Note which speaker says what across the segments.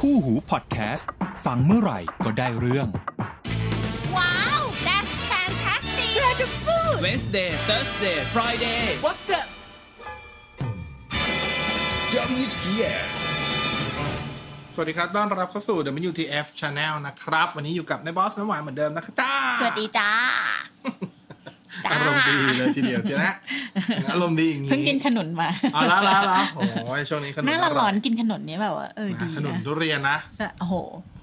Speaker 1: คู่หูพอดแคสต์ ฟังเมื่อไหร่ก็ได้เรื่อง
Speaker 2: Wow, that's fantastic! Wonderful!
Speaker 3: Wednesday, Thursday, Friday.
Speaker 2: What the?
Speaker 4: WTF สวัสดีครับ ต้อนรับเข้าสู่ WTF Channel นะครับ วันนี้อยู่กับนายบอสน้ำหวานเหมือนเดิมนะครับจ้า
Speaker 2: สวัสดีจ้า จ้า
Speaker 4: อารมณ์ดีเลยทีเดียวเชียว นะอารมณ์ดีอย่างนี้
Speaker 5: เพิ่งกินขนุนมา
Speaker 4: เอาละละละโอ้ยช่วงนี้ขนม
Speaker 5: หน้าละ
Speaker 4: อ
Speaker 5: ร้
Speaker 4: ร่
Speaker 5: อ
Speaker 4: อย
Speaker 5: นกินขนุนเนี้ยแบบว่าเออดี
Speaker 4: ขนม
Speaker 5: นะ
Speaker 4: ทุเรียนนะ
Speaker 5: ใช่โอ้โห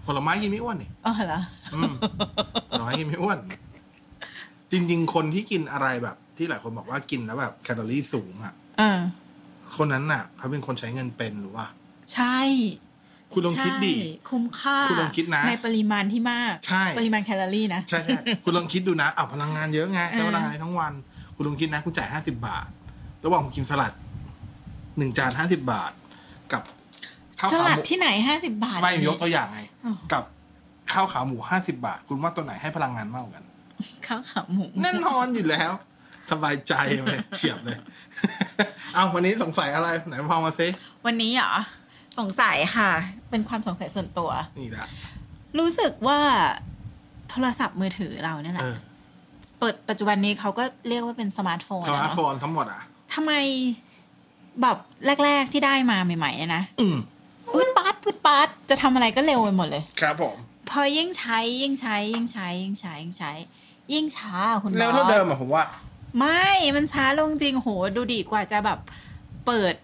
Speaker 4: ผลไม้กินไม่อ้วนนี่
Speaker 5: อ๋อเหรอ
Speaker 4: อืมผลไม้กินไม่อ้วน จริง ๆ คนที่กินอะไรแบบ ที่หลายคนบอกว่ากินแล้วแบบแคลอรี่สูงอ่ะ
Speaker 5: เออ
Speaker 4: คนนั้นน่ะเขาเป็นคนใช้เงินเป็นหรือว่า
Speaker 5: ใช่
Speaker 4: คุณลองคิดดิ
Speaker 5: ใช่คุ้มค่า
Speaker 4: คุณลองคิดนะ
Speaker 5: ในปริมาณที่มาก
Speaker 4: ใช่
Speaker 5: ปริมาณแคลอรี่นะ
Speaker 4: ใช่ใช่คุณลองคิดดูนะอ้าวพลังงานเยอะไงใช้
Speaker 5: เออ
Speaker 4: พลังงานทั้งวัน คุณลองคิดนะ คุณจ่ายห้าสิบาท ระหว่างคุณกินสลัดหนึ่งจานห้าสิบาท กับข้าว
Speaker 5: ส
Speaker 4: ขา
Speaker 5: ลัด
Speaker 4: หมู
Speaker 5: ที่ไหนห้าสิบบาท
Speaker 4: ไม่ยกตัวอย่างไง
Speaker 5: อ้าว
Speaker 4: กับข้าวขาหมูห้าสิบาท คุณว่าตัวไหนให้พลังงานมากกว่ากัน
Speaker 5: ข้าวขาหมู
Speaker 4: แน่นอนอยู่แล้วสบายใจเลย เฉียบเลย เอาวันนี้สงสัยอะไรไหนพอมาซิ
Speaker 5: วันนี้เหรอสงสัยค่ะ เป็นความสงสัยส่วนตัว
Speaker 4: นี่แหละ
Speaker 5: รู้สึกว่าโทรศัพท์มือถือเราเนี่ยแห
Speaker 4: เอ
Speaker 5: ละ
Speaker 4: อ
Speaker 5: เปิดปัจจุบันนี้เขาก็เรียกว่าเป็นสมาร์ทโฟน
Speaker 4: สมาร์ท
Speaker 5: อะ
Speaker 4: โฟ
Speaker 5: เนาะ
Speaker 4: นทั้งหมดอ่ะ
Speaker 5: ทำไมแบบแรก ๆที่ได้มาใหม่ๆเนี่ยนะ
Speaker 4: อืม
Speaker 5: พุดปัดพุดปัดจะทำอะไรก็เร็วไปหมดเลย
Speaker 4: ครับผม
Speaker 5: พอยิ่งใช้ยิ่งใช้ยิ่งใช้ยิ่งใช้ยิ่งใช้ ยิ่งช้าคุณ
Speaker 4: แล้ว
Speaker 5: บอ
Speaker 4: เท่า
Speaker 5: ส
Speaker 4: เดิมอ่ะผมว่า
Speaker 5: ไม่มันช้าลงจริงโหดูดีกว่าจะแบบ เปิด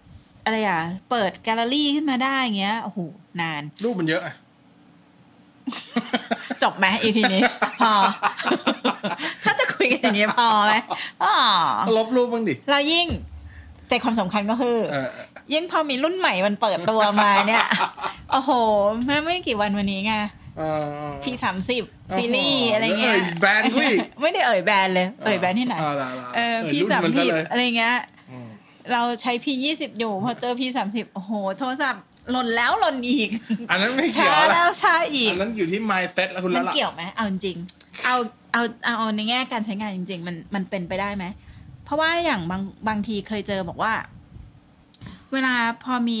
Speaker 5: อะไรอ่ะ เปิดแกลเลอรี่ขึ้นมาได้อย่างเงี้ยโอ้โหนาน
Speaker 4: รูปมันเยอะอะ
Speaker 5: จบไหม EP นี้ พอ ถ้าจะคุยกันอย่างเงี้ยพอไหมอ๋อ
Speaker 4: ลบรูปบ้างดิ
Speaker 5: เรายิ่งใจความสำคัญก็คือ
Speaker 4: เออ
Speaker 5: ยิ่งพอมีรุ่นใหม่มันเปิดตัวมาเนี่ยโอ้โหแม่ไม่กี่วันวันนี้ไง
Speaker 4: เออ
Speaker 5: P สามสิบ
Speaker 4: โอ้โห
Speaker 5: ซีรีส์อะไรเงี้ย
Speaker 4: เอ่ยแบรนด์เขาอีก
Speaker 5: ไม่ได้เอ่ยแบรนด์เลย เอ่ยแบรนด์ที่ไหน
Speaker 4: เอาล่ะล่ะ
Speaker 5: เออ
Speaker 4: เอ่ย
Speaker 5: P
Speaker 4: รุ่น
Speaker 5: สาม
Speaker 4: มันซะ
Speaker 5: สิบ
Speaker 4: เลย
Speaker 5: อะไรเงี้ย
Speaker 4: อืม
Speaker 5: เราใช้ P ยี่สิบอยู่ พอเจอ P สามสิบโอ้โห โทรศัพท์หล่นแล้วหล่นอีก
Speaker 4: อันนั้นไม่เกี่
Speaker 5: ช้า
Speaker 4: ยวละ
Speaker 5: แล้วช้าอีก
Speaker 4: อันนั้นอยู่ที่ mindset แล้วคุณ
Speaker 5: มั
Speaker 4: แล้
Speaker 5: น
Speaker 4: วล่ะ
Speaker 5: เกี่ยวไหมเอาจริงๆเอาเอาเอาเอาในแง่การใช้งานจริง ๆ มันมันเป็นไปได้ไหม เพราะว่าอย่างบางบางทีเคยเจอบอกว่า เวลาพอมี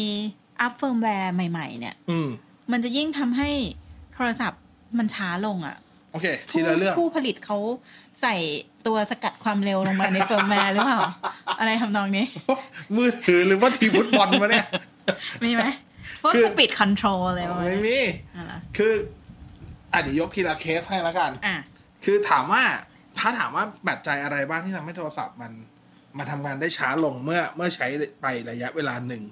Speaker 5: อัพเฟิร์มแวร์ใหม่ ๆ เนี่ย
Speaker 4: อืม
Speaker 5: มันจะยิ่งทำให้โทรศัพท์มันช้าลงอ่ะ
Speaker 4: โอเค ที
Speaker 5: ผู้
Speaker 4: ละเรื่อง
Speaker 5: ผู้ผลิตเขาใส่ตัวสกัดความเร็วลงมาในเฟิร์มแวร์หรือเปล่า อะไรทำนองนี้
Speaker 4: มือถือหรือว่าทีมฟุตบอลมาเนี่ย
Speaker 5: มีไหมพวก
Speaker 4: คือ
Speaker 5: สปีดคอนโทรลอะไรประมาณ
Speaker 4: ไม่
Speaker 5: นี้
Speaker 4: มี
Speaker 5: อ่ะเหรอ
Speaker 4: คืออ่ะเดี๋ยวยกทีละเคสให้ละกัน
Speaker 5: อ่ะ
Speaker 4: คือถามว่า ถ้าถามว่าปัจจัยอะไรบ้างที่ทำให้โทรศัพท์มันมาทำงานได้ช้าลงเมื่อเมื่อใช้ไประยะเวลาหนึ่ง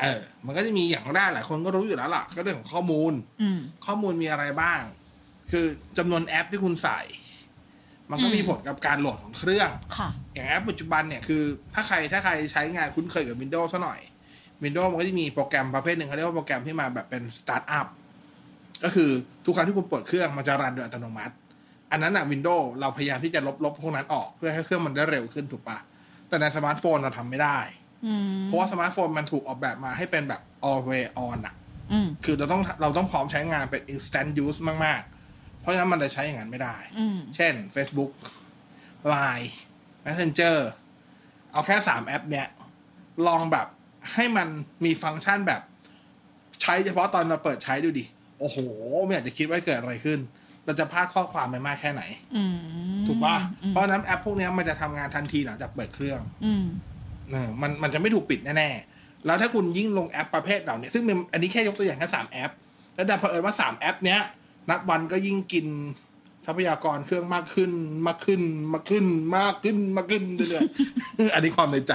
Speaker 4: เออ มันก็จะมีอย่างแรกหลายคนก็รู้อยู่แล้วล่ะ ก็เรื่องของข้อมูล
Speaker 5: อืม
Speaker 4: ข้อมูลมีอะไรบ้าง คือจำนวนแอปที่คุณใส่ มันก็มี
Speaker 5: อืม
Speaker 4: ผลกับการโหลดของเครื่อง
Speaker 5: ค่ะ
Speaker 4: อย่างแอปปัจจุบันเนี่ยคือ ถ้าใครถ้าใครใช้งานคุ้นเคยกับ Windows ซะหน่อย Windows มันก็จะมีโปรแกรมประเภทหนึ่งเขาเรียกว่าโปรแกรมที่มาแบบเป็นสตาร์ทอัพก็คือทุกครั้งที่คุณเปิดเครื่องมันจะรันโดยอัตโนมัติ อันนั้นอะวินโดว์เราพยายามที่จะลบลบพวกนั้นออกเพื่อให้เครื่องมันได้เร็วขึ้นถูกปะแต่ในสมาร์ทโฟนเราทำไม่ได้
Speaker 5: อืม
Speaker 4: เพราะว่าสมาร์ทโฟนมันถูกออกแบบมาให้เป็นแบบ always on อะ
Speaker 5: อืม
Speaker 4: คือเราต้องเราต้องพร้อมใช้งานเป็น instant use มาก ๆ เพราะฉะนั้นมันจะใช้อย่างนั้นไม่ได้
Speaker 5: อืม
Speaker 4: เช่น Facebook Line Messenger เอาแค่ 3 แอปเนี้ย ลองแบบให้มันมีฟังก์ชันแบบ ใช้เฉพาะตอนเราเปิดใช้ดูดิ โอ้โห ไม่อยากจะคิดว่าเกิดอะไรขึ้น เราจะพลาดข้อความไปมากแค่ไหน
Speaker 5: อืม
Speaker 4: ถูกปะ
Speaker 5: อืม
Speaker 4: เพราะฉะนั้นแอปพวกเนี้ยมันจะทำงานทันทีหลังจากเปิดเครื่อง
Speaker 5: อืม
Speaker 4: เออมันมันจะไม่ถูกปิดแน่ๆ แล้วถ้าคุณยิ่งลงแอปประเภทเหล่านี้ซึ่งมันอันนี้แค่ยกตัวอย่างแค่สามแอป แล้วแต่เผอิญว่าสามแอปเนี้ย นับวันก็ยิ่งกินทรัพยากรเครื่องมากขึ้น มากขึ้น มากขึ้น มากขึ้น มากขึ้นเรื่อยๆ อันนี้ความในใจ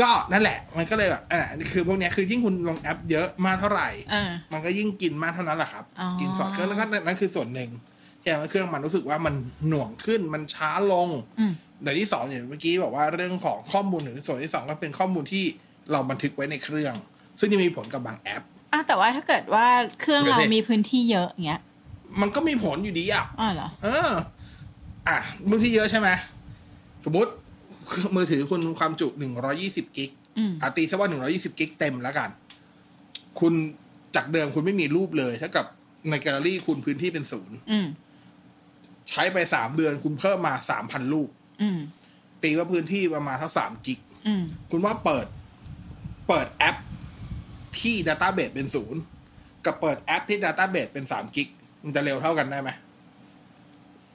Speaker 4: ก็นั่นแหละ มันก็เลยแบบอ่าคือพวกเนี้ยคือยิ่งคุณลงแอปเยอะมากเท่าไหร่
Speaker 5: อ่า
Speaker 4: มันก็ยิ่งกินมากเท่านั้นแหละครับ
Speaker 5: อ๋อ
Speaker 4: กินสอดเครื่องแล้วก็นั่นคือส่วนหนึ่งที่ทำให้เครื่องมันรู้สึกว่ามันหน่วงขึ้นมันช้าลง
Speaker 5: อืม
Speaker 4: ในที่สองเนี่ยเมื่อกี้บอกว่าเรื่องของข้อมูลหรือส่วนที่สองก็เป็นข้อมูลที่เราบันทึกไว้ในเครื่อง ซึ่งจะมีผลกับบางแอป
Speaker 5: อ่ะแต่ว่าถ้าเกิดว่าเครื่อง
Speaker 4: เดี๋ยว
Speaker 5: เรา
Speaker 4: สิ
Speaker 5: มีพื้นที่เยอะอย่างเงี้ย
Speaker 4: มันก็มีผลอยู่ดีอ่ะ
Speaker 5: อ๋อเหรอ
Speaker 4: เออ อ่ะมือที่เยอะใช่ไหมสมมติมือถือคุณความจุหนึ่งร้อยี่สิบกิก
Speaker 5: อืม
Speaker 4: อาตีซะว่าหนึ่งร้อยี่สิบกิกเต็มแล้วกัน คุณจากเดิมคุณไม่มีรูปเลยเท่ากับในแกลเลอรี่คุณพื้นที่เป็นศูนย์
Speaker 5: อืม
Speaker 4: ใช้ไปสามเดือนคุณเพิ่มมาสามพันรูป
Speaker 5: อืม
Speaker 4: ตีว่าพื้นที่ประมาณเท่าสามกิก
Speaker 5: อืม
Speaker 4: คุณว่าเปิด เปิดแอปที่ Database เป็นศูนย์กับเปิดแอปที่ Database เป็นสามกิกมันจะเร็วเท่ากันได้ไหม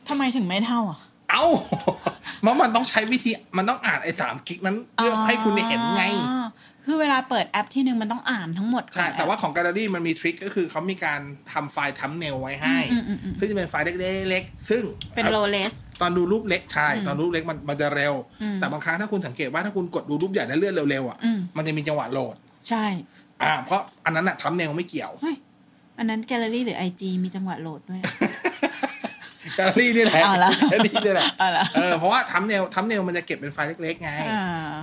Speaker 5: ทำไมถึงไม่เท่าอ่ะ
Speaker 4: เอ้า มันมันต้องใช้วิธี มันต้องอ่านไอ้สามกิกนั้นเพื่อให้คุณได้เห็นไง
Speaker 5: อ๋อคือเวลาเปิดแอปที่หนึ่งมันต้องอ่านทั้งหมด
Speaker 4: ใช่
Speaker 5: ของอป
Speaker 4: แต่ว่าของ g a l l e r y มันมีทริคก็คือเขามีการทำไฟล์ทัมเนลไว้ให้
Speaker 5: อืมอืมอืม
Speaker 4: ซึ่งจะเป็นไฟล์เล็กๆ ซึ่ง
Speaker 5: เป็นโรเลส
Speaker 4: ตอนดูรูปเล็กใช่
Speaker 5: อืม
Speaker 4: ตอนรูปเล็กมันมันจะเร็ว
Speaker 5: อืม
Speaker 4: แต่บางครั้งถ้าคุณสังเกตว่าถ้าคุณกดดูรูปใหญ่แล้วเลื่อนเร็วๆอ่ะ
Speaker 5: อืม
Speaker 4: มันจะมีจังหวะโหลด
Speaker 5: ใช่
Speaker 4: อ่า เพราะอันนั้นอะทัมเนลไม่เกี่ยว
Speaker 5: เฮ้ย อันนั้นแกลเลอรี่หรือไอจีมีจังหวะโหลดด้วย
Speaker 4: g a l l e r y นี่แหละ
Speaker 5: เอาละ
Speaker 4: g a l l e r y นี่แหละ
Speaker 5: อะไร
Speaker 4: เออ เพราะว่าทัมเนลทัมเนลมันจะเก็บเป็นไฟล์เล็กๆไง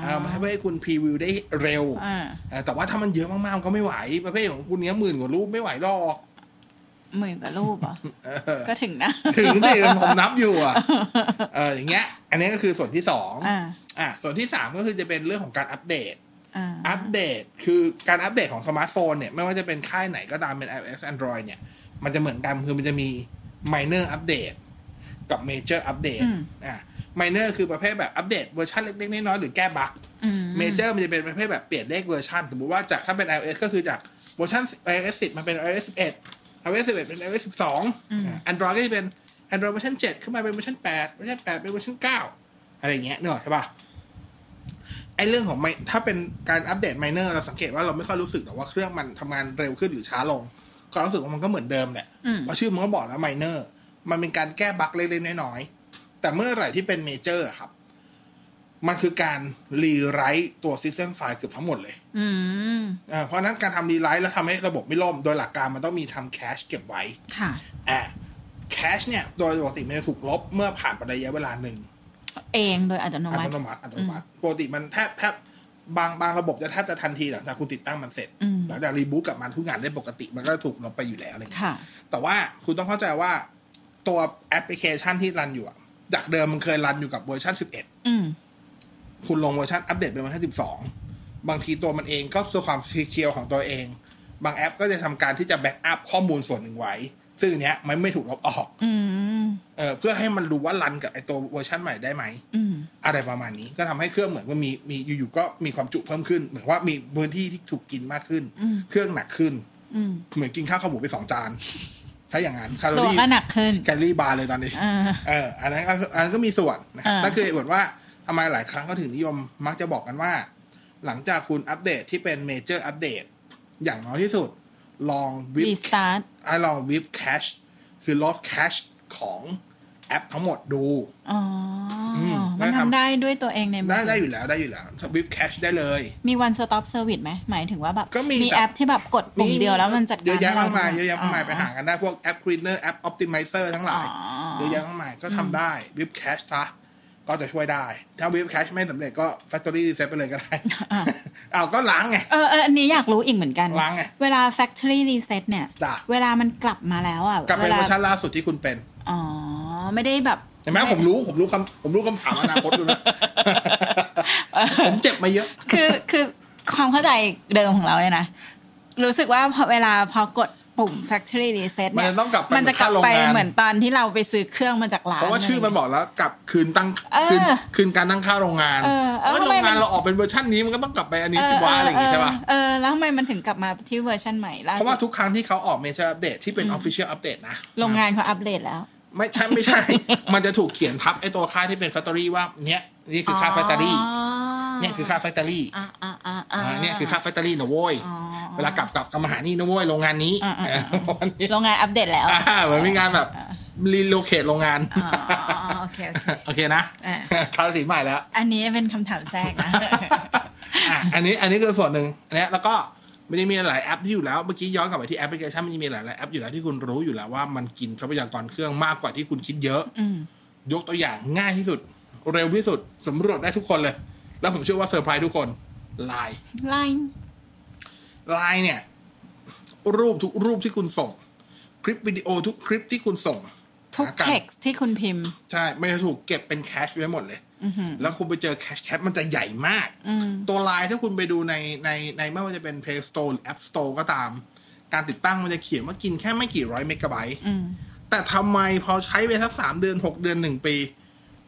Speaker 4: เออมันให้เพื่อให้คุณพรีวิวได้เร็ว
Speaker 5: อ่า
Speaker 4: เอ่อแต่ว่าถ้ามันเยอะมากๆมันก็ไม่ไหว ประเภทของคุณเนี้ยหมื่นกว่ารูปไม่ไหวหรอก
Speaker 5: หมื่นกว่ารูปเหรอ
Speaker 4: เออ
Speaker 5: ก็ถึงนะ
Speaker 4: ถึงดิผมนับอยู่ อ่ะเอออย่างเงี้ย อันนี้ก็คือส่วนที่สอง
Speaker 5: อ่า
Speaker 4: อ่ะส่วนที่สามก็คือจะเป็นเรื่องของการอัปเดต
Speaker 5: อ่า
Speaker 4: อัปเดตคือการอัปเดตของสมาร์ทโฟนเนี่ย ไม่ว่าจะเป็นค่ายไหนก็ตามเป็น iOS Android เนี่ย มันจะเหมือนกันคือมันจะมี minor อัปเดตกับ major อัปเดต
Speaker 5: อืม
Speaker 4: อ่ะ minor คือประเภทแบบอัปเดตเวอร์ชันเล็กๆน้อยๆหรือแก้บั๊ก
Speaker 5: อื
Speaker 4: เมเจอร์มันจะเป็นประเภทแบบเปลี่ยนเลขเวอร์ชันสมมติว่าจากถ้าเป็น iOS ก็คือจากเวอร์ชัน iOS 10 มันเป็น iOS 11 iOS 11 เป็น iOS 12 Android ก็จะเป็น Android เวอร์ชัน7 ขึ้นมาเป็นเวอร์ชัน8เวอร์ชัน8เป็นเวอร์ชัน9 อะไรอย่างเงี้ยนึกออกใช่ปะไอเรื่องของไม่ถ้าเป็นการอัปเดตไมเนอร์เราสังเกตว่าเราไม่ค่อยรู้สึกหรอกว่าเครื่องมันทำงานเร็วขึ้นหรือช้าลง ก็รู้สึกว่ามันก็เหมือนเดิมแหละ
Speaker 5: อืม
Speaker 4: เพราะชื่อมันก็บอกแล้วไมเนอร์มันเป็นการแก้บั๊กเล็กๆน้อยๆ แต่เมื่อไหร่ที่เป็นเมเจอร์ครับ มันคือการรีไรต์ตัวซิสเต็มไฟล์เกือบทั้งหมดเลย
Speaker 5: อืม
Speaker 4: อ่าเพราะฉะนั้นการทำรีไรต์แล้วทำให้ระบบไม่ล่ม โดยหลักการมันต้องมีทำแคชเก็บไว้
Speaker 5: ค่ะ
Speaker 4: อ่าแคชเนี่ย โดยปกติมันจะถูกลบเมื่อผ่านไประยะเวลาหนึ่ง
Speaker 5: เองโดยอัตโน
Speaker 4: อั
Speaker 5: มั
Speaker 4: ต
Speaker 5: ติ
Speaker 4: โนมัติอัตโนมัติปกติมันแทบแทบบางบางระบบจะแทบจะทันทีหลังจากคุณติดตั้งมันเสร็จ
Speaker 5: อืม
Speaker 4: หลังจากรีบูตกลับมาทุกงานได้ปกติ มันก็ถูกลบไปอยู่แล้วอะไรอย่างเงี้ย
Speaker 5: ค่ะ
Speaker 4: แต่ว่าคุณต้องเข้าใจว่าตัวแอปพลิเคชันที่รันอยู่อะจากเดิมมันเคยรันอยู่กับเวอร์ชัน
Speaker 5: อืม
Speaker 4: 11 คุณลงเวอร์ชันอัปเดตเป็นเวอร์ชัน 12 บางทีตัวมันเองก็ตัวความซีเคียวของตัวเอง บางแอปก็จะทำการที่จะแบ็กอัพข้อมูลส่วนหนึ่งไว้ ซึ่งอันเนี้ยมันไม่ถูกลบออก
Speaker 5: อืม
Speaker 4: เออเพื่อให้มันรู้ว่ารันกับไอตัวเวอร์ชันใหม่ได้ไหม
Speaker 5: อืม
Speaker 4: อะไรประมาณนี้ก็ทำให้เครื่องเหมือนว่ามีมีอยู่ๆก็มีความจุเพิ่มขึ้น เหมือนว่ามีพื้นที่ที่ถูกกินมากขึ้น
Speaker 5: อืม
Speaker 4: เครื่องหนักขึ้น
Speaker 5: อืม
Speaker 4: เหมือนกินข้าวขาหมูไปสองจาน ถ้าอย่างนั้นแคลอ
Speaker 5: ตัว
Speaker 4: รี่
Speaker 5: ก็หนักขึ้น
Speaker 4: แคลอรี่บาร์เลยตอนนี้
Speaker 5: อ่า
Speaker 4: เอออันนั้นก็อันนั้นก็มีส่วนนะครับ
Speaker 5: อ่า
Speaker 4: นั่นคือเหตุผลว่าทำไมหลายครั้งก็ถึงนิยมมักจะบอกกันว่า หลังจากคุณอัปเดตที่เป็นเมเจอร์อัปเดตอย่างน้อยที่สุด ลองวิป
Speaker 5: รีสตาร์ท
Speaker 4: ไอ้ลองวิปแคชคือลบแคชของแอปทั้งหมดดู
Speaker 5: อ๋ออ
Speaker 4: ม
Speaker 5: มัน
Speaker 4: ได้ทำ
Speaker 5: ทำได้ด้วยตัวเองในมื
Speaker 4: ได้
Speaker 5: ถื
Speaker 4: ได้อยู่แล้วได้อยู่แล้ววิปแคชได้เลย
Speaker 5: มี one stop service ไหม หมายถึงว่าแบบ
Speaker 4: ก็มี
Speaker 5: มี
Speaker 4: แบบ
Speaker 5: แอปที่แบบกดปุ่มเดียวแล้วมันจัดการ
Speaker 4: เยอะแยะมากมาย
Speaker 5: ให้ร
Speaker 4: เยอะแยะมากมายไปหากันได้พวกแอปครีเนอร์แอปออปติมิเซอร์ทั้งห
Speaker 5: อ๋อ
Speaker 4: ลาย เยอะแยะมากมายก็ทำได้วิบแคชซะก็จะช่วยได้ ถ้าวิบแคชไม่สำเร็จก็ Factory Reset ไปเลยก็ได้ เอาวก็ล้างไง
Speaker 5: เออเอออันนี้อยากรู้อีกเหมือนกัน
Speaker 4: ล้างไง
Speaker 5: เวลา factory reset เนี่ย
Speaker 4: จ้ะ
Speaker 5: เวลามันกลับมาแล้วอ่ะ
Speaker 4: กลับไป
Speaker 5: เว
Speaker 4: เว
Speaker 5: ลา
Speaker 4: อร์ชันล่าสุดที่คุณเป็น
Speaker 5: อ๋อ ไม่ได้แบบ
Speaker 4: เห็นไหมผมรู้ผมรู้คำผมรู้คำถามอนาคตดูนะ ผมเจ็บมาเยอะ
Speaker 5: คือคือความเข้าใจเดิมของเราเนี่ยนะ รู้สึกว่าพอเวลาพอกดปุ่ม factory reset
Speaker 4: มัน
Speaker 5: เนี่ย
Speaker 4: จะต้องกลับไป
Speaker 5: มันจะกลับไป
Speaker 4: เหมือนค่าโรงงาน
Speaker 5: เหมือนตอนที่เราไปซื้อเครื่องมาจากร้าน
Speaker 4: เพราะว่าชื่อมันบอกแล้วกลับคืนตั้ง
Speaker 5: เออ
Speaker 4: คืนคืนการตั้งค่าโรงงาน
Speaker 5: เออเออ
Speaker 4: ว่า
Speaker 5: ทำไม
Speaker 4: โรงงาน
Speaker 5: มัน
Speaker 4: เราออกเป็นเวอร์ชันนี้มันก็ต้องกลับไปอันนี้สิวะอะไรอย่างงี้ใช่ปะ
Speaker 5: เออเออเออแล้วทำไมมันถึงกลับมาที่เวอร์ชันใหม่ล่า
Speaker 4: เพ
Speaker 5: สุ
Speaker 4: ราะว่า
Speaker 5: ด
Speaker 4: ทุกครั้งที่เขาออกเมเจอร์อัปเดตที่เป็นออฟฟิเชียลอัปเดตนะ
Speaker 5: โรงงานเขาอัปเดตแล้ว
Speaker 4: ไม่ใช่ไม่ใช่ มันจะถูกเขียนทับไอตัวค่าที่เป็นแฟคทอรี่ว่าเนี้ยนี่คือค่าแฟคทอรี่เนี่ยคือค่าแฟคทอรี่
Speaker 5: อ่าอ่าอ่า
Speaker 4: อ่าเนี่ยคือค่าแฟคทอรี่นะโว้ย
Speaker 5: อ๋อ
Speaker 4: เวลากลับกลับกลับมาหานี่นะโว้ยโรงงานนี้
Speaker 5: อ่าอ่าอ่า
Speaker 4: เออประมาณนี้
Speaker 5: โรงงานอัปเดตแล้ว
Speaker 4: อ่าเหมือนมีงานแบบรีโลเคทโรงงาน
Speaker 5: อ๋อโอเคโอเค
Speaker 4: โอเคนะ
Speaker 5: อ่า
Speaker 4: คลาสสีใหม่แล้ว
Speaker 5: อันนี้เป็นคำถามแทรกนะ
Speaker 4: อ่ะอันนี้อันนี้คือส่วนหนึ่งอันเนี้ยแล้วก็มันจะมีหลายแอปที่อยู่แล้ว เมื่อกี้ย้อนกลับไปที่แอปพลิเคชันมันจะมีหลายๆแอปอยู่แล้วที่คุณรู้อยู่แล้วว่ามันกินทรัพยากรเครื่องมากกว่าที่คุณคิดเยอะ
Speaker 5: อืม
Speaker 4: ยกตัวอย่างง่ายที่สุด เร็วที่สุดสำรวจได้ทุกคนเลย แล้วผมเชื่อว่าเซอร์ไพรส์ทุกคนไลน์
Speaker 5: ไลน์
Speaker 4: ไลน์เนี่ย รูปทุกรูปที่คุณส่ง คลิปวิดีโอทุกคลิปที่คุณส่ง
Speaker 5: ทุก
Speaker 4: หากัน
Speaker 5: เท็กซ์ที่คุณพิมพ์
Speaker 4: ใช่ มันจะถูกเก็บเป็นแคชไว้หมดเลย
Speaker 5: อือหือ
Speaker 4: แล้วคุณไปเจอแคชแคปมันจะใหญ่มาก
Speaker 5: อืม
Speaker 4: ตัวไลน์ถ้าคุณไปดูในในในไม่ว่าจะเป็น Play Store หรือ App Store ก็ตาม การติดตั้งมันจะเขียนว่ากินแค่ไม่กี่ร้อยเมกะไบต์
Speaker 5: อืม
Speaker 4: แต่ทำไมพอใช้ไปสักสามเดือนหกเดือนหนึ่งปี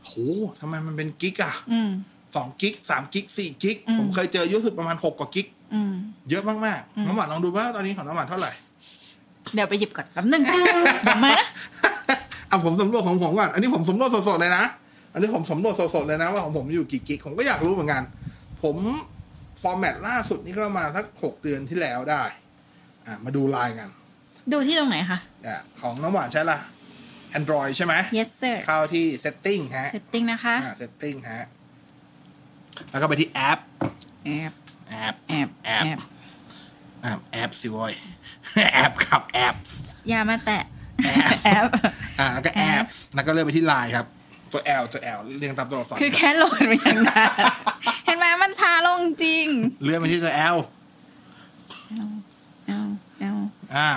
Speaker 4: โหทำไมมันเป็นกิกอะ
Speaker 5: อืม
Speaker 4: สองกิกสามกิกสี่กิก
Speaker 5: อืม
Speaker 4: ผมเคยเจออายุสุดประมาณหกกว่ากิก
Speaker 5: อืม
Speaker 4: เยอะมาก
Speaker 5: อืม
Speaker 4: ๆน้ำหวานลองดูว่าตอนนี้ของน้ำหวานเท่าไหร่
Speaker 5: เดี๋ยวไปหยิบก่อนแป๊บนึงบอกมานะ
Speaker 4: เอาผมสำรวจของผมก่อน อันนี้ผมสำรวจสดๆเลยนะ อันนี้ผมสำรวจสดๆเลยนะว่าของผมอยู่กี่กิก ผมก็อยากรู้เหมือนกัน ผมฟอร์แมตล่าสุดนี่ก็ประมาณสักหกเดือนที่แล้วได้ อ่ะมาดูไลายกัน
Speaker 5: ดูที่ตรงไหนคะ
Speaker 4: อ่ะของน้ำหวานใช่ละ Android ใช่ไหม
Speaker 5: yes sir
Speaker 4: เข้าที่ setting ฮะ
Speaker 5: setting นะคะ
Speaker 4: อ่า setting ฮะ แล้วก็ไปที่แอป
Speaker 5: แอบ
Speaker 4: แอป
Speaker 5: แอบ
Speaker 4: แอป อ่ะแอปสิโว้ย แอปครับแอป
Speaker 5: อย่ามาแตะ
Speaker 4: แอบ
Speaker 5: แอบ
Speaker 4: อ่ะแล้วก็แอป
Speaker 5: Apps
Speaker 4: แล้วก็เลื่อนไปที่ไลน์ครับ ตัว L ตัว L เรียงตามตัวอักษร
Speaker 5: คือแค่โหลดไปอย่างนั้นเห็นไหมมันช้าลงจริง
Speaker 4: เลื่อนไปที่ตัว L
Speaker 5: เอาเอา
Speaker 4: อ่า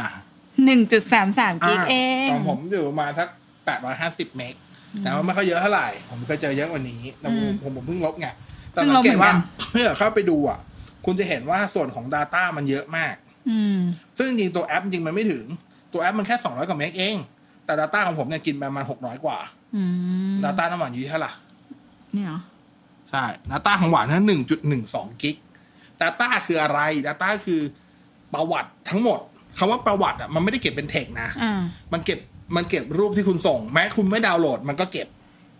Speaker 5: หนึ่งจุดสามสามกิกเอง
Speaker 4: ของผมอยู่ประมาณสักแปดร้อยห้าสิบเมก แต่ว่าไม่ค่อยเยอะเท่าไหร่ ผมเคยเจอเยอะกว่านี้ แต่ผม
Speaker 5: อืม
Speaker 4: ผมผมเพิ่งลบไง แต่
Speaker 5: เพิ่งล
Speaker 4: สั
Speaker 5: บ
Speaker 4: งเกตว่า
Speaker 5: เหมือนกัน
Speaker 4: เมื่อเข้าไปดูอ่ะ คุณจะเห็นว่าส่วนของ Data มันเยอะมาก
Speaker 5: อืม
Speaker 4: ซึ่งจริงๆตัวแอปจริงๆมันไม่ถึง ตัวแอปมันแค่สองร้อยกว่าเมกเอง แต่ Data ของผมเนี่ยกินไปประมาณหกร้อยกว่า
Speaker 5: อืม
Speaker 4: Data น้ำหวานอยู่ที่เท่าไหร่
Speaker 5: เนี่ยเหรอ
Speaker 4: ใช่ Data ของหวานนั้นหนึ่งจุดหนึ่งสองกิก Data คืออะไร Data คือประวัติทั้งหมดคำว่าประวัติอ่ะมันไม่ได้เก็บเป็นเทคนะ
Speaker 5: อ่า
Speaker 4: มันเก็บมันเก็บรูปที่คุณส่ง แม้คุณไม่ดาวน์โหลดมันก็เก็บ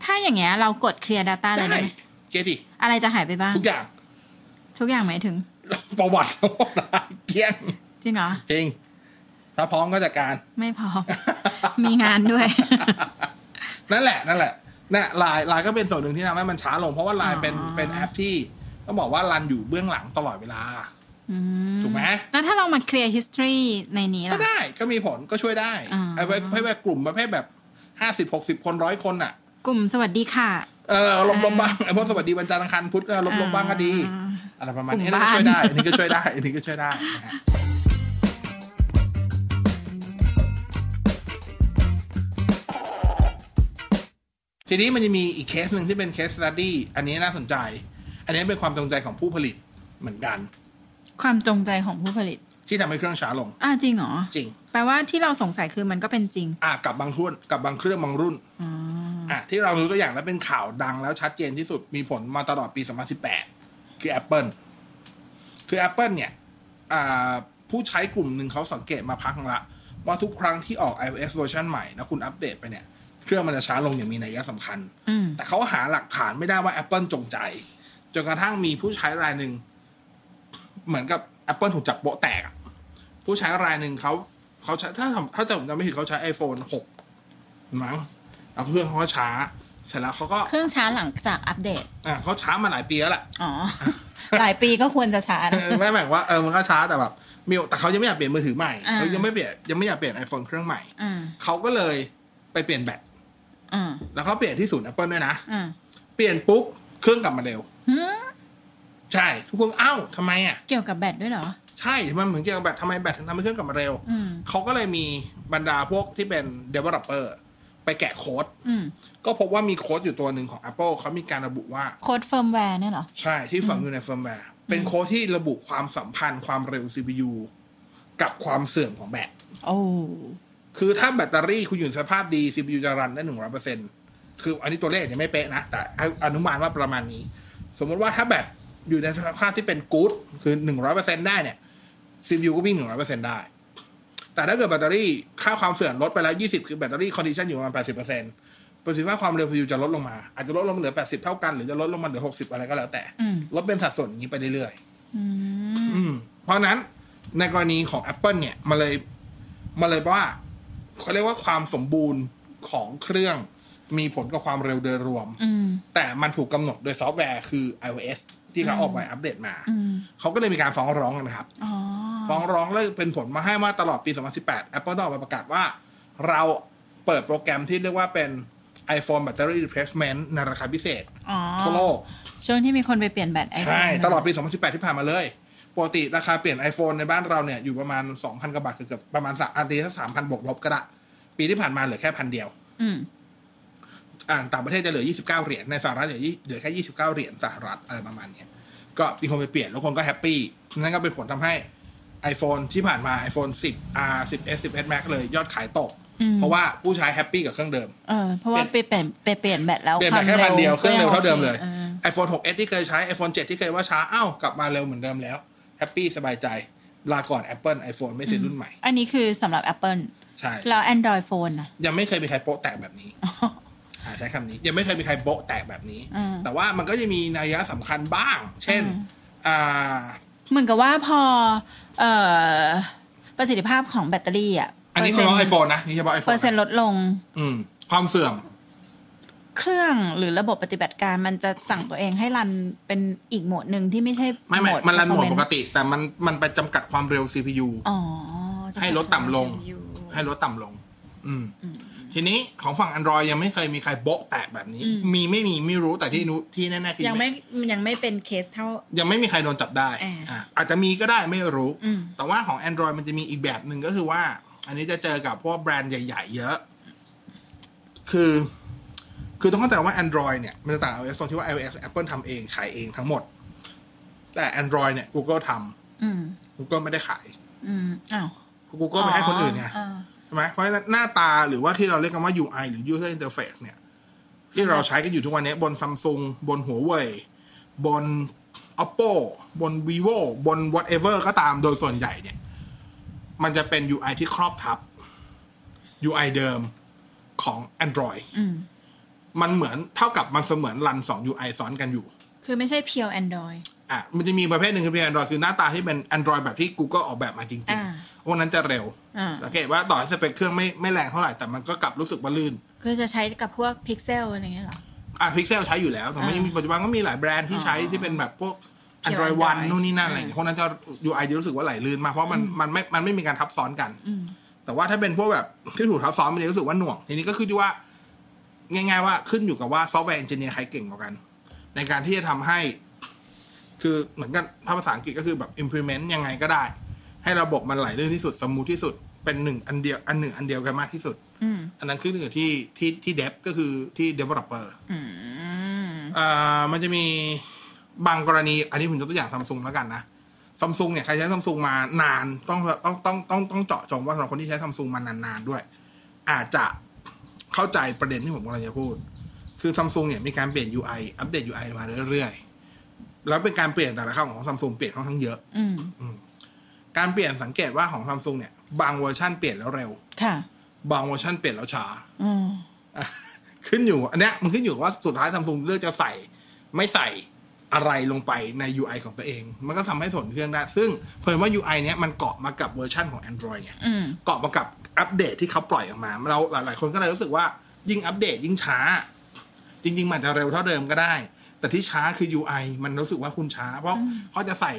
Speaker 5: ถ้าอย่างเงี้ยเรากดเคลียร์ Data เลยได้ไหม
Speaker 4: เก็บดิ
Speaker 5: อะไรจะหายไปบ้าง
Speaker 4: ทุกอย่าง
Speaker 5: ทุกอย่างหมายถึง
Speaker 4: ประวัติทั้งหมดอะเกลี้ยง
Speaker 5: จริงเหรอ
Speaker 4: จริง ถ้าพร้อมก็จัดการ
Speaker 5: ไม่พอ มีงานด้วย
Speaker 4: นั่นแหละ นั่นแหละน่ะไลน์ไลน์ก็เป็นส่วนหนึ่งที่ทำให้มันช้าลง เพราะว่าไลน์เป็น
Speaker 5: อ๋อ
Speaker 4: เป็นแอปที่ต้องบอกว่ารันอยู่เบื้องหลังตลอดเวลา
Speaker 5: อื
Speaker 4: ถูกไหม
Speaker 5: แล้วถ้าเรามาเคลียร์ history ในนี้
Speaker 4: ก็
Speaker 5: ล่ะ
Speaker 4: ได้ก็มีผลก็ช่วยได้
Speaker 5: อ๋อ
Speaker 4: ไอ้ไว้ไว้แบบกลุ่มประเภทแบบห้าสิบหกสิบคนร้อยคนอ่ะ
Speaker 5: กลุ่มสวัสดีค่ะ
Speaker 4: เออลบล
Speaker 5: อ่า
Speaker 4: บบ้างไอ้พวกสวัสดีวันจันทร์อังคารพุธเออลบลบบ้างก็ดี
Speaker 5: อ่า
Speaker 4: อะไรประมาณนี้
Speaker 5: กลุ่ม
Speaker 4: อัน
Speaker 5: บ้า
Speaker 4: นี้ก็
Speaker 5: น
Speaker 4: ช่วยได้ อันนี้ก็ช่วยได้ อันนี้ก็ช่วยได้นะฮะทีนี้มันจะมีอีกเคสหนึ่งที่เป็นเคส s ต u d ี้อันนี้น่าสนใจ อันนี้เป็นความจงใจของผู้ผลิตเหมือนกัน
Speaker 5: ความจงใจของผู้ผลิต
Speaker 4: ที่ทำให้เครื่องช้าลง
Speaker 5: อ้าวจริงเหรอ
Speaker 4: จริง
Speaker 5: แปลว่าที่เราสงสัยคือมันก็เป็นจริง
Speaker 4: อ่ะกับบางรุ่นกับบางเครื่องบางรุ่น
Speaker 5: อ๋อ
Speaker 4: อ่ะที่เรารู้ตัวอย่างแล้วเป็นข่าวดังแล้วชัดเจนที่สุดมีผลมาตลอดปี 2018 คือ Apple คือ Apple เนี่ยอ่าผู้ใช้กลุ่มหนึ่งเขาสังเกตมาพักหนึ่งละ ว่าทุกครั้งที่ออก iOS เวอร์ชันใหม่แล้วคุณอัปเดตไปเนี่ย เครื่องมันจะช้าลงอย่างมีนัยสำคัญ
Speaker 5: อืม
Speaker 4: แต่เขาหาหลักฐานไม่ได้ว่า Apple จงใจ จนกระทั่งมีผู้ใช้รายหนึ่ง เหมือนกับ Apple ถูกจับโปะแตกอะผู้ใช้รายหนึ่งเขาเขาใช้ถ้าถ้าจำจำไม่ผิดเขาใช้ iPhone 6 มั้งเอาเครื่องเขาก็ช้า เสร็จแล้วเขาก็
Speaker 5: เครื่องช้าหลังจากอัปเดต
Speaker 4: อ่ะเขาช้ามาหลายปีแล้วแหละ
Speaker 5: อ๋อ หลายปีก็ควรจะช้านะ
Speaker 4: ไม่ได้หมายความว่าเออมันก็ช้าแต่แบบมีแต่เขายังไม่อยากเปลี่ยนมือถือใหม่
Speaker 5: อ่า
Speaker 4: เขายังไม่เปลี่ยนยังไม่อยากเปลี่ยน iPhone เครื่องใหม่
Speaker 5: อ่า
Speaker 4: เขาก็เลยไปเปลี่ยนแบต
Speaker 5: อ่า
Speaker 4: แล้วเขาเปลี่ยนที่ศูนย์ Apple ด้วยนะ
Speaker 5: อ่า
Speaker 4: เปลี่ยนปุ๊บเครื่องกลับมาเร็ว
Speaker 5: หืม
Speaker 4: ใช่ทุกคนอ้าวทำไมอ่ะ
Speaker 5: เกี่ยวกับแบตด้วยเหรอ
Speaker 4: ใช่มันเหมือนเกี่ยวกับแบตทำไมแบตถึงทำให้เครื่องกลับมาเร็ว
Speaker 5: อืม
Speaker 4: เขาก็เลยมีบรรดาพวกที่เป็น developer ไปแกะโค้ด
Speaker 5: อืม
Speaker 4: ก็พบว่ามีโค้ดอยู่ตัวหนึ่งของ Apple เขามีการระบุว่า
Speaker 5: โค้ดเฟิร์มแวร์เนี่ยเหรอ
Speaker 4: ใช่ที่ฝังอยู่ในเฟิร์มแวร์ เป็นโค้ดที่ระบุความสัมพันธ์ความเร็ว CPU กับความเสื่อมของแบต
Speaker 5: โอ้
Speaker 4: คือถ้าแบตเตอรี่คุณอยู่ในสภาพดี CPU จะรันได้หนึ่งร้อยเปอร์เซ็นคืออันนี้ตัวเลขยังไม่เป๊ะนะ แต่อนุมานว่าประมาณนี้ สมมติว่าถ้าแบตอยู่ในสภาพที่เป็นกู๊ดคือหนึ่งร้อยเปอร์เซ็นได้เนี่ย CPU ก็วิ่งหนึ่งร้อยเปอร์เซ็นได้ แต่ถ้าเกิดแบตเตอรี่ค่าความเสื่อมลดไปแล้วยี่สิบคือแบตเตอรี่คอนดิชันอยู่ประมาณแปดสิบเปอร์เซ็นประสิทธิภาพความเร็ว CPU จะลดลงมา อาจจะลดลงมาเหลือแปดสิบเท่ากันหรือจะลดลงมาเหลือหกสิบอะไรก็แล้วแต่
Speaker 5: อืม
Speaker 4: ลดเป็นสัดส่วนอย่างนี้ไปเรื่อยๆ
Speaker 5: อืม
Speaker 4: อืมเพราะฉะนั้นในกรณีของ Apple เนี่ยมาเลยมาเลยว่าเขาเรียกว่าความสมบูรณ์ของเครื่องมีผลกับความเร็วโดยรวม
Speaker 5: อืม
Speaker 4: แต่มันถูกกำหนดโดยซอฟต์แวร์คือ iOS ที่เขาออกไปอัปเดตมา
Speaker 5: อืม
Speaker 4: เขาก็เลยมีการฟ้องร้องกันนะครับ
Speaker 5: อ๋อ
Speaker 4: ฟ้องร้องเลยเป็นผลมาให้ว่าตลอดปี 2018 Apple ต้องออกมาประกาศว่า เราเปิดโปรแกรมที่เรียกว่าเป็น iPhone Battery Replacement ในราคาพิเศษ
Speaker 5: อ๋อ
Speaker 4: ทั่วโลก
Speaker 5: ช่วงที่มีคนไปเปลี่ยนแบตไอโฟน
Speaker 4: ใช่ ตลอดปี 2018 ที่ผ่านมาเลย ปกติราคาเปลี่ยน iPhone ในบ้านเราเนี่ย อยู่ประมาณ 2,000 กว่าบาทเกือบๆประมาณสามอันตีถ้าสามพันบวกลบก็ได้ปีที่ผ่านมาเหลือแค่พันเดียว
Speaker 5: อืม
Speaker 4: อ่าต่างประเทศจะเหลือ 29 เหรียญในสหรัฐเหลือ20เหลือแค่ 29 เหรียญสหรัฐอะไรประมาณเนี้ยก็มีคนไปเปลี่ยนแล้วคนก็แฮปปี้นั่นก็เป็นผลทำให้ iPhone ที่ผ่านมา iPhone 10 R 10s 10s Max เลยยอดขายตก
Speaker 5: อืม
Speaker 4: เพราะว่าผู้ใช้แฮปปี้กับเครื่องเดิม
Speaker 5: เออ เพราะว่าไปเปลี่ยนไปเปลี่ยนแบตแล้ว
Speaker 4: เปลี่ยนไปแค่พันเดียวเครื่องเร็วเท่าเดิมเลย
Speaker 5: ออ
Speaker 4: iPhone 6s ที่เคยใช้ iPhone 7 ที่เคยว่าช้าอ้าวกลับมาเร็วเหมือนเดิมแล้ว แฮปปี้สบายใจ ลาก่อน Apple iPhone ไม่เซ็นรุ่นใหม่
Speaker 5: อันนี้คือสำหรับ Apple
Speaker 4: ใช่
Speaker 5: แล้ว Android Phone นะ
Speaker 4: ยังไม่เคยมีใครโป๊ะแตกแบบนี้ อ่าใช้คำนี้ยังไม่เคยมีใครโบะแตกแบบนี้
Speaker 5: อืม
Speaker 4: แต่ว่ามันก็จะมีนัยยะสำคัญบ้าง เช่น
Speaker 5: อืม
Speaker 4: อ่า
Speaker 5: เหมือนกับว่าพอเอ่อประสิทธิภาพของแบตเตอรี่อะ
Speaker 4: อันนี้เฉพาะไอโฟนนะนี่เฉพาะไอโฟ
Speaker 5: เป
Speaker 4: น
Speaker 5: อร์เซ็นต์ลดลง
Speaker 4: อืม ความเสื่อม
Speaker 5: เครื่องหรือระบบปฏิบัติการมันจะสั่งตัวเองให้รันเป็นอีกโหมดหนึ่งที่ไม่ใช่
Speaker 4: ไม่ไม่
Speaker 5: โหด
Speaker 4: มันรันโหมด
Speaker 5: performance
Speaker 4: ปกติ แต่มันมันไปจำกัดความเร็ว CPU
Speaker 5: อ๋อจะ
Speaker 4: ให้ลดต่ำลง ให้ลดต่ำลง อืม
Speaker 5: อืม
Speaker 4: ทีนี้ของฝั่ง Android ยังไม่เคยมีใครโบะแตกแบบนี้
Speaker 5: อืม
Speaker 4: มีไม่มีไม่รู้แต่ที่นู้ที่แน่ๆคือ
Speaker 5: ยังไม่ยังไม่เป็นเคสเท่า
Speaker 4: ยังไม่มีใครโดนจับได้
Speaker 5: อ่า
Speaker 4: อ่ะอาจจะมีก็ได้ไม่รู้
Speaker 5: อืม
Speaker 4: แต่ว่าของ Android มันจะมีอีกแบบหนึ่งก็คือว่า อันนี้จะเจอกับพวกแบรนด์ใหญ่ ๆ เยอะ คือ คือต้องเข้าใจว่า Android เนี่ย มันจะต่าง iOS ตรงที่ว่า iOS Apple ทำเอง ขายเองทั้งหมด แต่ Android เนี่ย Google ท
Speaker 5: อืม
Speaker 4: ำ Google ไม่ได้ขาย
Speaker 5: อืมอ้าว
Speaker 4: Google ไปให้คนอื่นไง
Speaker 5: า
Speaker 4: ใช่ไหมเพราะฉะนั้นหน้าตาหรือว่าที่เราเรียกกันว่า UI หรือ User Interface เนี่ย ที่เราใช้กันอยู่ทุกวันนี้บนซัมซุงบนหัวเว่ยบน Oppo บน vivo บน whatever ก็ตามโดยส่วนใหญ่เนี่ย มันจะเป็น UI ที่ครอบทับ UI เดิมของ Android
Speaker 5: อืม
Speaker 4: มันเหมือนเท่ากับมันเสมือนรัน 2 UI ซ้อนกันอยู่
Speaker 5: คือไม่ใช่เพียว Android
Speaker 4: อ่ะมันจะมีประเภทหนึ่งคือเป็น Android คือหน้าตาที่เป็น Android แบบที่ Google ออกแบบมาจริง
Speaker 5: อ่า
Speaker 4: ๆพวกนั้นจะเร็ว
Speaker 5: อ่า
Speaker 4: สังเกตว่าต่อให้สเปคเครื่องไม่ไม่แรงเท่าไหร่ แต่มันก็กลับรู้สึกว่าลื่น
Speaker 5: คือจะใช้กับพวกพิกเซลอะไรอย่างเงี้ยเหรอ
Speaker 4: อ่ะพิกเซลใช้อยู่แล้วแต่ไม่
Speaker 5: อ่ามี
Speaker 4: ปัจจุบันก็มีหลายแบรนด์ที่ใช้
Speaker 5: อ๋อ
Speaker 4: ที่เป็นแบบพวก
Speaker 5: เกี่ยว
Speaker 4: Android One
Speaker 5: Android
Speaker 4: นู่นนี่นั่นอะไร
Speaker 5: อ่า
Speaker 4: อย่างเงี้ยพวกนั้นจะ UI จะรู้สึกว่าไหลลื่นมากเพราะมันมันไม่มันไม่มีการทับซ้อนกัน
Speaker 5: อืม
Speaker 4: แต่ว่าถ้าเป็นพวกแบบที่ถูกทับซ้อนมันจะรู้สึกว่าหน่วง ทีนี้ก็คือที่ว่า ง่าย ๆ ว่าขึ้นอยู่กับว่าซอฟต์แวร์เอนจิเนียร์ใครเก่งกว่ากัน ในการที่จะทำให้ คือเหมือนกันถ้าภาษาอังกฤษก็คือแบบ implement ยังไงก็ได้ ให้ระบบมันไหลลื่นที่สุดสมูทที่สุด เป็นหนึ่งอันเดียวอันหนึ่งอันเดียวกันมากที่สุด
Speaker 5: อืม
Speaker 4: อันนั้นขึ้นอยู่ที่ที่ที่เดฟก็คือที่ developer
Speaker 5: อืม
Speaker 4: อ่ามันจะมีบางกรณี อันนี้ผมยกตัวอย่างซัมซุงแล้วกันนะซัมซุงเนี่ยใครใช้ซัมซุงมานานต้องต้องต้องต้องต้องเจาะจงว่าสำหรับคนที่ใช้ซัมซุงมานานๆด้วย อาจจะเข้าใจประเด็นที่ผมกำลังจะพูด คือซัมซุงเนี่ยมีการเปลี่ยน UI อัปเดต UI มาเรื่อยๆ แล้วเป็นการเปลี่ยนแต่ละครั้งของซัมซุงเปลี่ยนค่อนข้างเยอะ
Speaker 5: อืม
Speaker 4: การเปลี่ยนสังเกตว่าของซัมซุงเนี่ยบางเวอร์ชันเปลี่ยนแล้วเร็ว
Speaker 5: ค่ะ
Speaker 4: บางเวอร์ชันเปลี่ยนแล้วช้า
Speaker 5: อืม
Speaker 4: อ่ะขึ้นอยู่อันเนี้ยมันขึ้นอยู่กับว่าสุดท้ายซัมซุงเลือกจะใส่ ไม่ใส่อะไรลงไปใน UI ของตัวเอง มันก็ทำให้ถนเครื่องได้ ซึ่งเพิ่มว่า UI เนี้ยมันเกาะมากับเวอร์ชันของ Android ไง
Speaker 5: อืม
Speaker 4: เกาะมากับอัปเดตที่เขาปล่อยออกมา เราหลาย ๆ คนก็เลยรู้สึกว่ายิ่งอัปเดตยิ่งช้า จริง ๆ มันอาจจะเร็วเท่าเดิมก็ได้ แต่ที่ช้าคือ UI มันรู้สึกว่าคุณช้า เพราะเขาจะใส่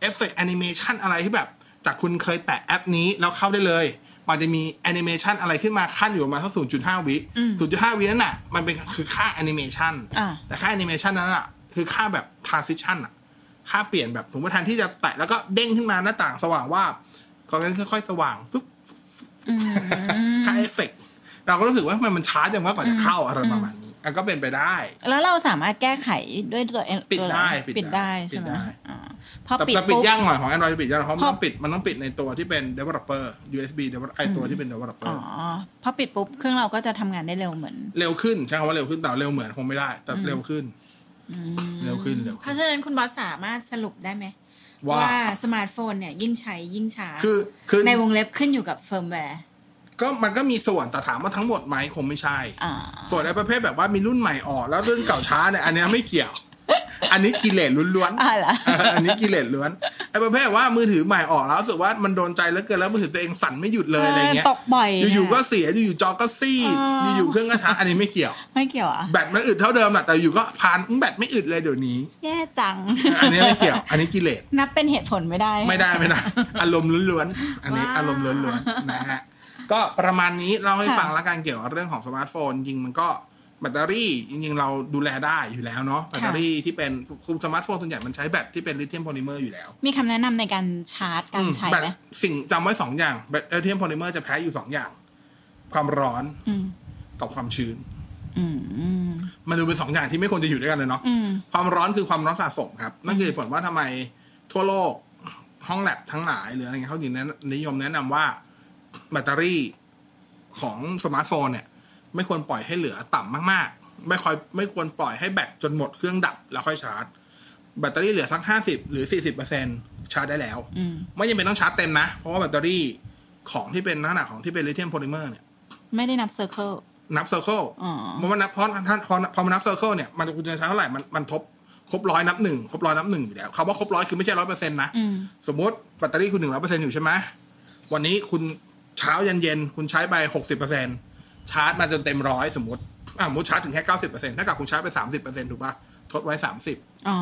Speaker 4: เอฟเฟกต์แอนิเมชันอะไรที่แบบ จากคุณเคยแตะแอปนี้แล้วเข้าได้เลย มันจะมีแอนิเมชันอะไรขึ้นมาขั้นอยู่ประมาณสักศูนย์จุดห้าวิ
Speaker 5: อืม
Speaker 4: ศูนย์จุดห้าวินั่นน่ะ มันเป็นคือค่าแอนิเมชัน
Speaker 5: อ่า
Speaker 4: แต่ค่าแอนิเมชันนั้นอ่ะ คือค่าแบบทรานซิชันอ่ะ ค่าเปลี่ยนแบบผมว่าแทนที่จะแตะแล้วก็เด้งขึ้นมาหน้าต่างสว่างว่าบก็ค่อยๆสว่างปุ๊บ
Speaker 5: อืม
Speaker 4: ค่าเอฟเฟกต์เราก็รู้สึกว่ามันมันช้าจังว่ากว่าจะเข้าอะไรประมาณนี้อันก็เป็นไปได้
Speaker 5: แล้วเราสามารถแก้ไขด้วยตัวเอง
Speaker 4: ปิด
Speaker 5: ตัวเรา
Speaker 4: ได้ปิ
Speaker 5: ปิ
Speaker 4: ด
Speaker 5: ด
Speaker 4: ได้
Speaker 5: ได้ใช่ไหม
Speaker 4: ปิดได้
Speaker 5: อ่าพอ
Speaker 4: แต่
Speaker 5: ปิด
Speaker 4: แต่ปิด
Speaker 5: ปุ๊บ
Speaker 4: ย่างหน่อยของ Android จะปิดย่างหน่อยเพราะมัน
Speaker 5: พอ
Speaker 4: ต้องปิดมันต้องปิดในตัวที่เป็น developer USB developer ไอตัวที่เป็น developer
Speaker 5: อ๋อพอปิดปุ๊บเครื่องเราก็จะทำงานได้เร็วเหมือน
Speaker 4: เร็วขึ้นใช้คำว่าเร็วขึ้นแต่เร็วเหมือนคงไม่ได้ แต่เร็วขึ้น
Speaker 5: อืม
Speaker 4: เร็วขึ้นเร็วขึ้น
Speaker 5: เพราะฉะนั้นคุณบอสสามารถสรุปได้ไหม
Speaker 4: ว่า
Speaker 5: สมาร์ทโฟนเนี่ยยิ่งใช้ยิ่งช้า
Speaker 4: คือคือ
Speaker 5: ในวงเล็บขึ้นอยู่กับเฟิร์มแวร์
Speaker 4: ก็มันก็มีส่วนแต่ถามว่าทั้งหมดไหมคงไม่ใช่
Speaker 5: อ่า
Speaker 4: ส่วนไอ้ประเภทแบบว่ามีรุ่นใหม่ออกแล้วรุ่นเก่าช้าเนี่ยอันเนี้ยไม่เกี่ยว อันนี้กิเลสล้วนๆ
Speaker 5: อ่าเหรอ
Speaker 4: เอออันนี้กิเลสล้วนไอ้ประเภทว่ามือถือใหม่ออกแล้วรู้สึกว่ามันโดนใจแล้วเกินแล้วมือถือตัวเองสั่นไม่หยุดเลยอะไรเงี้ย
Speaker 5: ตกบ่อยเนี่
Speaker 4: อยู่ๆก็เสียอยู่ๆจอก็ซีด
Speaker 5: อ๋อ
Speaker 4: อ
Speaker 5: อ
Speaker 4: ยู่ๆเครื่องก็ช้าอันนี้ไม่เกี่ยว
Speaker 5: ไม่เกี่ยวอ่ะ
Speaker 4: แบตมันอึดเท่าเดิมแหละแต่อยู่ก็พานอื้อแบตไม่อึดเลยเดี๋ยวนี้
Speaker 5: แย่จัง
Speaker 4: อันนี้ไม่เกี่ยว อันนี้กิเลส
Speaker 5: นับเป็นเหตุผลไม่ได้
Speaker 4: ไม่ได้ไม่ได้ อารมณ์ล้วนๆอันนี้
Speaker 5: ว้าว
Speaker 4: อารมณ์ล้วนๆนะฮะก็ประมาณนี้เราให้ฟังละกันเกี่ยวกับเรื่องของสมาร์ทโฟนจริงๆมันก็แบตเตอรี่จริงๆเราดูแลได้อยู่แล้วเนาะแบตเตอรี่ที่เป็นคือสมาร์ทโฟนส่วนใหญ่มันใช้แบตที่เป็นลิเธียมโพลิเมอร์อยู่แล้ว
Speaker 5: มีคำแนะนำในการชาร์จการใช้
Speaker 4: อืมแบต
Speaker 5: ไหม
Speaker 4: สิ่งจำไว้สองอย่างแบตเทียมโพลิเมอร์จะแพ้อยู่สองอย่าง ความร้อน
Speaker 5: อืม
Speaker 4: กับความชื้น
Speaker 5: อืม อืม
Speaker 4: มันดูเป็นสองอย่างที่ไม่ควรจะอยู่ด้วยกันเลยเนาะ
Speaker 5: อืม
Speaker 4: ความร้อนคือความร้อนสะสมครับนั่นคือเหตุผลว่าทำไมทั่วโลกห้องแลบทั้งหลายหรืออะไรเงี้ยเขาถึงแนะนิยมแนะนำว่าแบตเตอรี่ของสมาร์ทโฟนเนี่ย ไม่ควรปล่อยให้เหลือต่ำมากๆ ไม่ค่อยไม่ควรปล่อยให้แบตจนหมดเครื่องดับแล้วค่อยชาร์จ แบตเตอรี่เหลือสักห้าสิบหรือสี่สิบเปอร์เซ็น ชาร์จได้แล้ว
Speaker 5: อืม
Speaker 4: ไม่ยังเป็นต้องชาร์จเต็มนะ เพราะว่าแบตเตอรี่ของที่เป็นน้าหนักของที่เป็นลิเธียมโพลิเมอร์เนี่ย
Speaker 5: ไม่ได้นับเซอร์เคิล
Speaker 4: นับเซอร์เคิล
Speaker 5: อ๋อ
Speaker 4: มันว่านับเพราะท่านพอพอมันนับเซอร์เคิลเนี่ย มันคุณจะใช้เท่าไหร่ มันมันทบครบร้อยนับหนึ่งครบร้อยนับหนึ่งอยู่แล้วคำว่าครบร้อยคือไม่ใช่ร้อยเปอร์เซ็นต์นะ
Speaker 5: อืม
Speaker 4: สมมติแบตเตอรี่คุณหนึ่งร้อยเปอร์เซ็นต์อยู่ใช่ไหมวันนี้คุณเช้ายันเย็นคุณใช้ไปหกสิบเปอร์เซ็นต์ชาร์จมาจนเต็มร้อยสมมติอ่ะสมมติชาร์จถึงแค่เก้าสิบเปอร์เซ็นต์ถ้ากับคุณชาร์จไปสามสิบเปอร์เซ็นต์ถูกป่ะทดไว้สามสิบ
Speaker 5: อ๋อ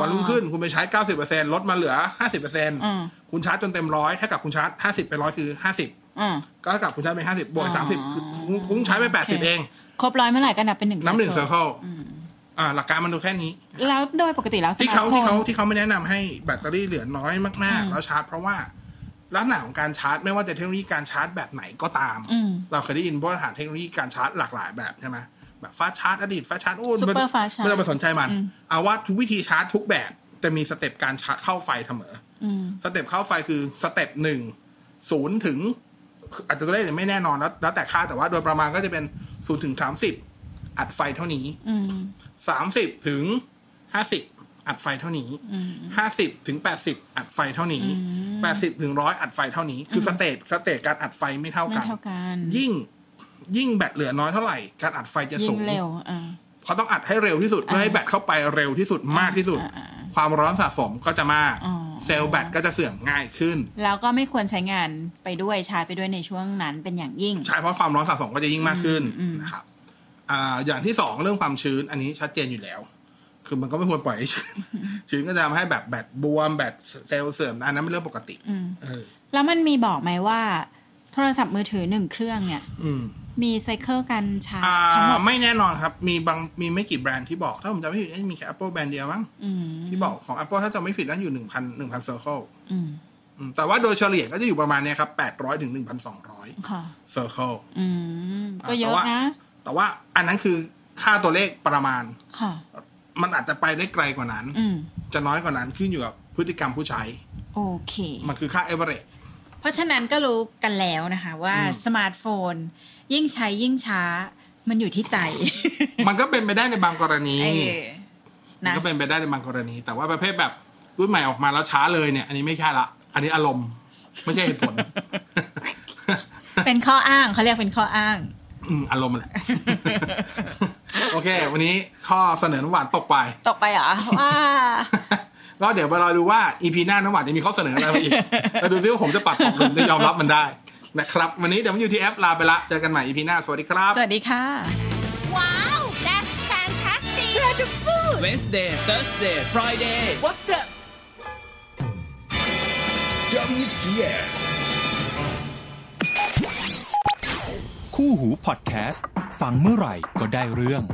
Speaker 4: วันรุ่งขึ้นคุณไปใช้เก้าสิบเปอร์เซ็นต์ลดมาเหลือห้าสิบเปอร์เซ็นต์
Speaker 5: อืม
Speaker 4: คุณชาร์จจนเต็มร้อยถ้ากับคุณชาร์จห้าสิบไปร้อยคือห้าสิบ
Speaker 5: อืม
Speaker 4: ก็เท่ากับคุณใช้ไปห้าสิบบวก
Speaker 5: อ๋
Speaker 4: สามสิบ
Speaker 5: อ
Speaker 4: คุณใช้ไปแปดสิบเอง
Speaker 5: ครบร้อยเมื่อไหร่ก็นับเป็นหนึ่ง
Speaker 4: น้ำหนึ่งเซอ
Speaker 5: circle
Speaker 4: ร์เคิล
Speaker 5: อืม
Speaker 4: อ่า หลักการมันดูแค่นี้
Speaker 5: แล้วโดยปกติแล้ว
Speaker 4: ที่เขา
Speaker 5: ส
Speaker 4: ที่
Speaker 5: มร์
Speaker 4: เขา
Speaker 5: ทโฟน
Speaker 4: ที่เขาไม่แนะนำให้แบตเตอรี่เหลือน้อยมาก
Speaker 5: อืม
Speaker 4: ๆ แล้วชาร์จเพราะว่าลักษณะของการชาร์จ ไม่ว่าจะเทคโนโลยีการชาร์จแบบไหนก็ตาม
Speaker 5: อืม
Speaker 4: เราเคยได้ยินมาตรฐานเทคโนโลยีการชาร์จหลากหลายแบบใช่ไหมแบบฟาสต์ชาร์จอดีตฟาสต์ชาร์จโอ้ย
Speaker 5: Super fast charge
Speaker 4: ไม่ต้องไปสนใจมัน
Speaker 5: อืม
Speaker 4: เอาว่าทุกวิธีชาร์จทุกแบบจะมีสเต็ปการชาร์จเข้าไฟเสมอ
Speaker 5: อืม
Speaker 4: สเต็ปเข้าไฟคือสเต็ปหนึ่งศูนย์ถึงอาจจะตัวเลขยังไม่แน่นอนแล้วแล้วแต่ค่าแต่ว่าโดยประมาณก็จะเป็นศูนย์ถึงสามสิบอัดไฟเท่านี้
Speaker 5: อืม
Speaker 4: สามสิบถึงห้าสิบอัดไฟเท่านี้
Speaker 5: อืม
Speaker 4: ห้าสิบถึงแปดสิบอัดไฟเท่านี้
Speaker 5: อืม
Speaker 4: แปดสิบถึงร้อยอัดไฟเท่านี้ คืออสเตจสเตจการอัดไฟไม่เท่า
Speaker 5: ไม่
Speaker 4: กัน
Speaker 5: เท่ากัน
Speaker 4: ยิ่งยิ่งแบตเหลือน้อยเท่าไหร่ การอัดไฟจะสู
Speaker 5: ยิ่
Speaker 4: ง
Speaker 5: งเร็วอ่า
Speaker 4: เขาต้องอัดให้เร็วที่สุดเพื่อให้แบตเข้าไปเร็วที่สุดมากที่สุด
Speaker 5: อ่าอ่าอ่า
Speaker 4: ความร้อนสะสมก็จะมาก
Speaker 5: อ๋อ
Speaker 4: เซลล์แบตก็จะเสื่อมง่ายขึ้น
Speaker 5: แล้วก็ไม่ควรใช้งานไปด้วยชาร์จไปด้วยในช่วงนั้นเป็นอย่างยิ่ง
Speaker 4: ใช่เพราะความร้อนสะสมก็จะยิ่งมากขึ้น
Speaker 5: อืมอืม
Speaker 4: นะครับอ่าอย่างที่สองเรื่องความชื้นอันนี้ชัดเจนอยู่แล้ว คือมันก็ไม่ควรปล่อยให้ ชื้น ชื้นก็จะทำให้แบบแบตบวมแบตเซลล์เสื่อมอันนั้นเป็นเรื่องปกติ
Speaker 5: อืม
Speaker 4: เออ
Speaker 5: แล้วมันมีบอกไหมว่า โทรศัพท์มือถือหนึ่งเครื่องเนี่ย
Speaker 4: อืม
Speaker 5: มีไซเคิลการชาร์จ
Speaker 4: อ่า
Speaker 5: ทั้งหมด
Speaker 4: ไม่แน่นอนครับ มีบางมีไม่กี่แบรนด์ที่บอก ถ้าผมจำไม่ผิดน่าจะมีแค่ Apple แบรนด์เดียวมั้ง
Speaker 5: อืม
Speaker 4: ที่บอกของ Apple ถ้าจำไม่ผิดนั่นอยู่หนึ่งพันหนึ่งพันเซอร์เคิล
Speaker 5: อืม
Speaker 4: แต่ว่าโดยเฉลี่ยก็จะอยู่ประมาณเนี้ยครับแปดร้อยถึงหนึ่งพันสองร้อย
Speaker 5: ค่ะ
Speaker 4: เซอร์เคิล
Speaker 5: อืม ก็เยอะ
Speaker 4: แต่ว่า
Speaker 5: นะ
Speaker 4: แต่ว่าอันนั้นคือค่าตัวเลขประมาณ
Speaker 5: ค่ะ
Speaker 4: มันอาจจะไปได้ไกลกว่านั้น
Speaker 5: อืม
Speaker 4: จะน้อยกว่านั้นขึ้นอยู่กับพฤติกรรมผู้ใช้
Speaker 5: โอเค
Speaker 4: มันคือค่า average
Speaker 5: เพราะฉะนั้นก็รู้กันแล้วนะคะว่า
Speaker 4: อืม
Speaker 5: สมาร์ทโฟน ยิ่งใช้ยิ่งช้า มันอยู่ที่ใจ
Speaker 4: มันก็เป็นไปได้ในบางกรณี
Speaker 5: เออ
Speaker 4: มัน
Speaker 5: นะ
Speaker 4: ก็เป็นไปได้ในบางกรณี แต่ว่าประเภทแบบรุ่นใหม่ออกมาแล้วช้าเลยเนี่ย อันนี้ไม่ใช่ละ อันนี้อารมณ์ ไม่ใช่เหตุผล
Speaker 5: เป็นข้ออ้างเขาเรียกเป็นข้ออ้าง
Speaker 4: อืมอารมณ์แหละ โอเค วันนี้ข้อเสนอน้ำหวานตกไป
Speaker 5: ตกไปเหรอ ว่า
Speaker 4: ก็เดี๋ยวมารอดูว่า อีพีหน้าน้ำหวานจะมีข้อเสนออะไรมาอีก มาดูซิว่าผมจะปรับปรุงจะยอมรับมันได้นะครับ วันนี้ WTF ลาไปละ เจอกันใหม่อีพีหน้า สวัสดีครับ
Speaker 5: สวัสดีค่ะ
Speaker 2: Wow, that's fantastic. Wonderful.
Speaker 3: Wednesday, Thursday, Friday.
Speaker 2: What the?
Speaker 6: WTF
Speaker 1: คู่หูพอดแคสต์ ฟังเมื่อไหร่ก็ได้เรื่อง